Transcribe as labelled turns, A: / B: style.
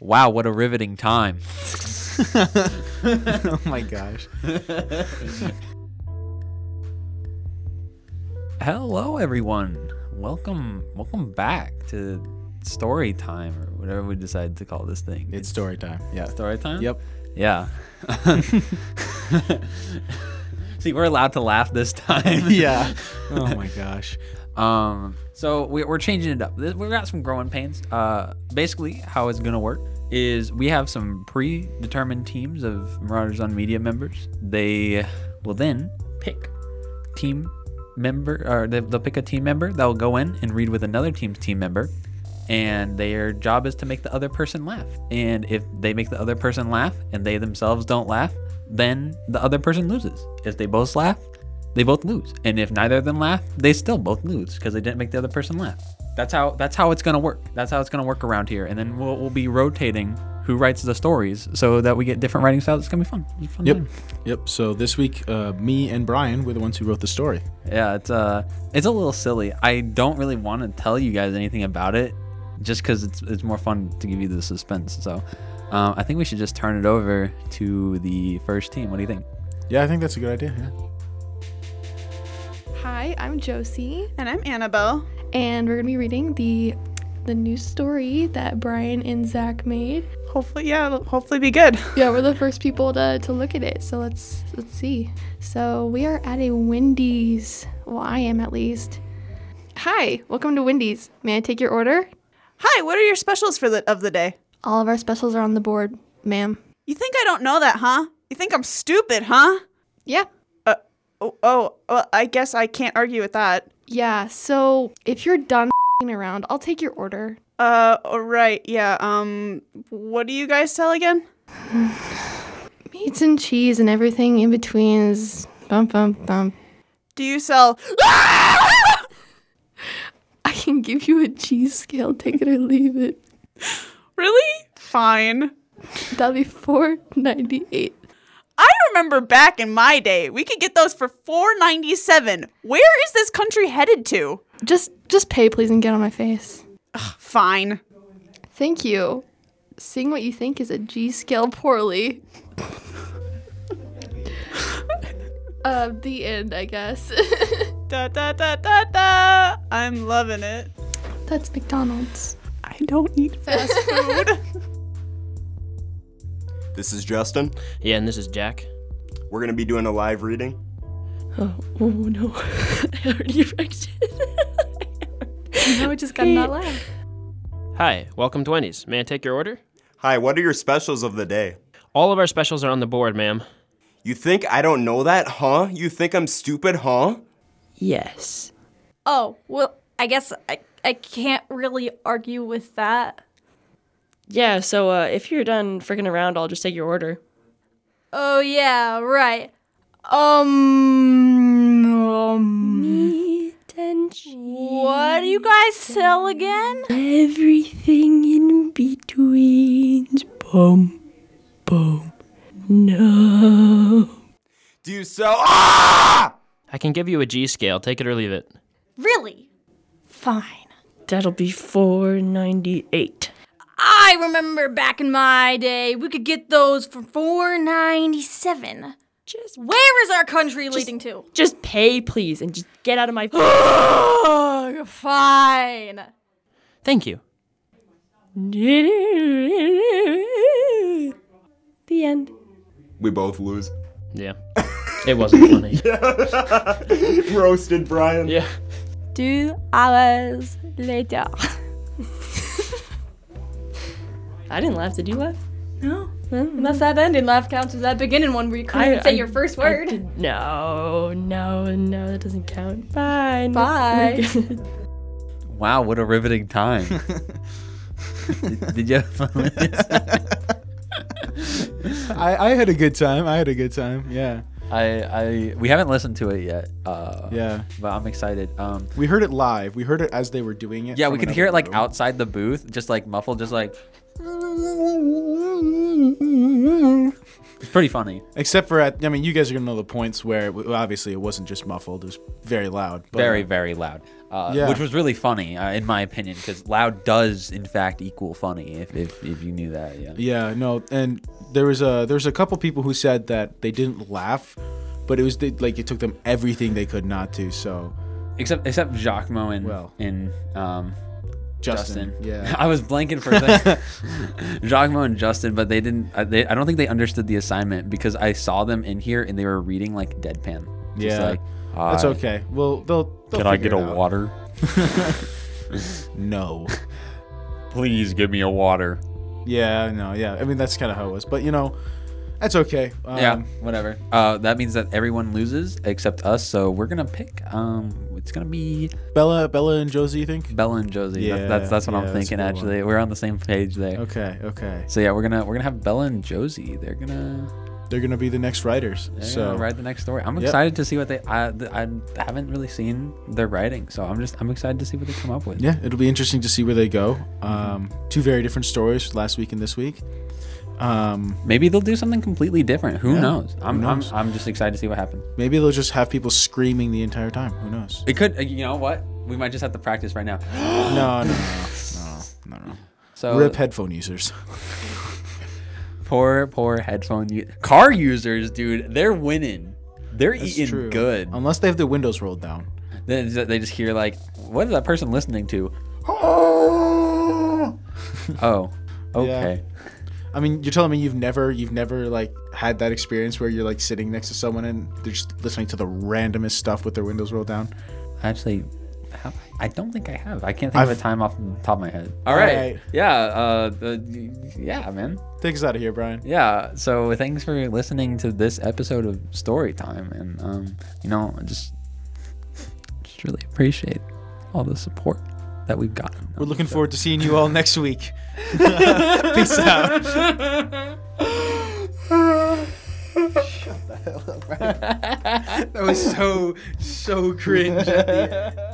A: Wow, what a riveting time.
B: oh my gosh.
A: Hello, everyone. Welcome, welcome back to story time or whatever we decide to call this thing.
B: It's story time. Yeah.
A: story time.
B: Yep.
A: Yeah. See, we're allowed to laugh this time.
B: Yeah. Oh my gosh.
A: Um, so we, we're changing it up. Th- We've got some growing pains. Uh, basically, how it's gonna work is we have some predetermined teams of Marauders on Media members. They will then pick team member, or they, they'll pick a team member that will go in and read with another team's team member. And their job is to make the other person laugh. And if they make the other person laugh and they themselves don't laugh, then the other person loses. If they both laugh, they both lose. And if neither of them laugh, they still both lose because they didn't make the other person laugh. That's how that's how it's gonna work. That's how it's gonna work around here. And then we'll, we'll be rotating who writes the stories so that we get different writing styles. It's gonna be fun. It's a fun
B: Yep.
A: time.
B: Yep. So this week, uh, me and Brian were the ones who wrote the story.
A: Yeah, it's uh it's a little silly. I don't really want to tell you guys anything about it just because it's it's more fun to give you the suspense. So um, I think we should just turn it over to the first team. What do you think?
B: Yeah, I think that's a good idea. Yeah.
C: Hi, I'm Josie,
D: And I'm Annabelle.
C: and we're gonna be reading the the new story that Brian and Zach made.
D: Hopefully, yeah, it'll hopefully be good.
C: Yeah, we're the first people to, to look at it, so let's let's see. So we are at a Wendy's. Well, I am at least. Hi, welcome to Wendy's. May I take your order?
D: Hi, what are your specials for the of the day?
C: All of our specials are on the board, ma'am.
D: You think I don't know that, huh? You think I'm stupid, huh?
C: Yeah.
D: Uh, oh, oh, well, I guess I can't argue with that.
C: Yeah, so if you're done around, I'll take your order.
D: Uh, all right, yeah. Um, what do you guys sell again?
C: Meats and cheese and everything in between is bump bump bump.
D: Do you sell?
C: I can give you a cheese scale, take it or leave it.
D: really? Fine.
C: That'll be four ninety eight.
D: I remember back in my day, we could get those for four ninety seven. Where is this country headed to?
C: Just just pay please and get on my face.
D: Fine.
C: Thank you. Seeing what you think is a G scale poorly. uh the end, I guess.
D: Da da da da da. I'm loving it.
C: That's McDonald's.
D: I don't eat fast food.
E: This is Justin.
F: Yeah, and this is Jack.
E: We're going to be doing a live reading.
G: Oh no, I already wrecked it.
C: No, it just got not loud.
F: Hi, welcome to Wendy's. May I take your order?
E: Hi, what are your specials of the day?
F: All of our specials are on the board, ma'am.
E: You think I don't know that, huh? You think I'm stupid, huh?
G: Yes.
H: Oh, well, I guess I, I can't really argue with that.
G: Yeah, so uh, if you're done freaking around, I'll just take your order.
H: Oh, yeah, right. Um, um, what do you guys sell again?
G: Everything in betweens. Boom. Boom. No.
E: Do you sell? Ah!
F: I can give you a G scale. Take it or leave it.
H: Really? Fine.
G: That'll be 498.
H: I remember back in my day, we could get those for 4.97.
G: Just
H: Where is our country leading to?
G: just pay please and just get out of my
H: Ugh, fine.
F: Thank you.
G: The end.
E: We both lose.
F: Yeah. It wasn't funny.
E: Roasted, Brian.
F: yeah.
H: Two hours later.
G: I didn't laugh. Did you laugh?
H: Unless that ending laugh counts as that beginning one where you couldn't
G: I-
H: even say
G: I-
H: your first
G: I
H: word.
G: did- no, no, no, that doesn't count. Bye. no-
H: Bye.
A: Wow, what a riveting time. did, did you have fun with this?
B: I, I had a good time. I had a good time. Yeah.
A: I, I we haven't listened to it yet. Uh,
B: Yeah.
A: but I'm excited. Um,
B: We heard it live. We heard it as they were doing it.
A: yeah, we
B: from
A: could
B: another
A: hear it like
B: room.
A: outside the booth, just like muffled, just like. It's pretty funny.
B: Except for at, I mean, you guys are gonna know the points where it, w- obviously it wasn't just muffled; it was very loud. But,
A: very very loud uh,
B: Yeah.
A: which was really funny uh, in my opinion because loud does in fact equal funny if, if, if you knew that yeah
B: Yeah, no, and there was a there was a couple people who said that they didn't laugh, but it was the, like it took them everything they could not to. So
A: except except Giacomo and
B: Well.
A: and um,
B: Justin,
A: Justin.
B: yeah,
A: I was blanking for a second. Giacomo and Justin, but they didn't. Uh, they, I don't think they understood the assignment because I saw them in here and they were reading like deadpan. Just
B: Yeah.
A: like,
B: that's
A: "Hi,
B: okay. Well, they'll. they'll
A: Can I
B: figure
A: get a
B: it out.
A: water?
B: No.
A: Please give me a water.
B: Yeah, no, yeah. I mean, that's kind of how it was, but you know, that's okay. Um,
A: yeah, whatever. Uh, that means that everyone loses except us. So we're gonna pick. Um, it's gonna be
B: Bella, Bella and Josie, you think?
A: Bella and Josie.
B: Yeah,
A: that's, that's that's what
B: yeah,
A: I'm
B: that's a
A: thinking.
B: good one.
A: Actually, we're on the same page there.
B: Okay, okay.
A: So yeah, we're gonna we're gonna have Bella and Josie. They're gonna
B: They're gonna be the next writers.
A: Yeah,
B: so
A: write the next story. I'm
B: Yep.
A: excited to see what they. I, th- I haven't really seen their writing, so I'm just I'm excited to see what they come up with.
B: yeah, it'll be interesting to see where they go. Um, two very different stories, last week and this week. Um,
A: Maybe they'll do something completely different. Who
B: Yeah,
A: knows?
B: who
A: I'm,
B: knows?
A: I'm I'm just excited to see what happens.
B: maybe they'll just have people screaming the entire time. Who knows?
A: It could. uh, You know what? We might just have to practice right now.
B: No, no, no, no, no.
A: So
B: Rip headphone users.
A: poor poor headphone u- car users, dude. They're winning. They're
B: That's
A: eating
B: true. Um,
A: good.
B: Unless they have their windows rolled down.
A: then it's- they just hear like, what is that person listening to? Oh, okay.
B: I mean, you're telling me you've never, you've never like had that experience where you're like sitting next to someone and they're just listening to the randomest stuff with their windows rolled down.
A: Actually, have I? I don't think I have. I can't think of
B: I've-
A: a time off the top of my head. All
B: right.
A: right. Yeah. Uh, the, yeah, man.
B: Take us out of here, Brian.
A: Yeah. So thanks for listening to this episode of Story Time, and um, you know, I just just really appreciate all the support that we've gotten.
B: We're looking forward to seeing you all next week. Peace out. Shut the hell up, Brian. That was so, so cringe. At the end.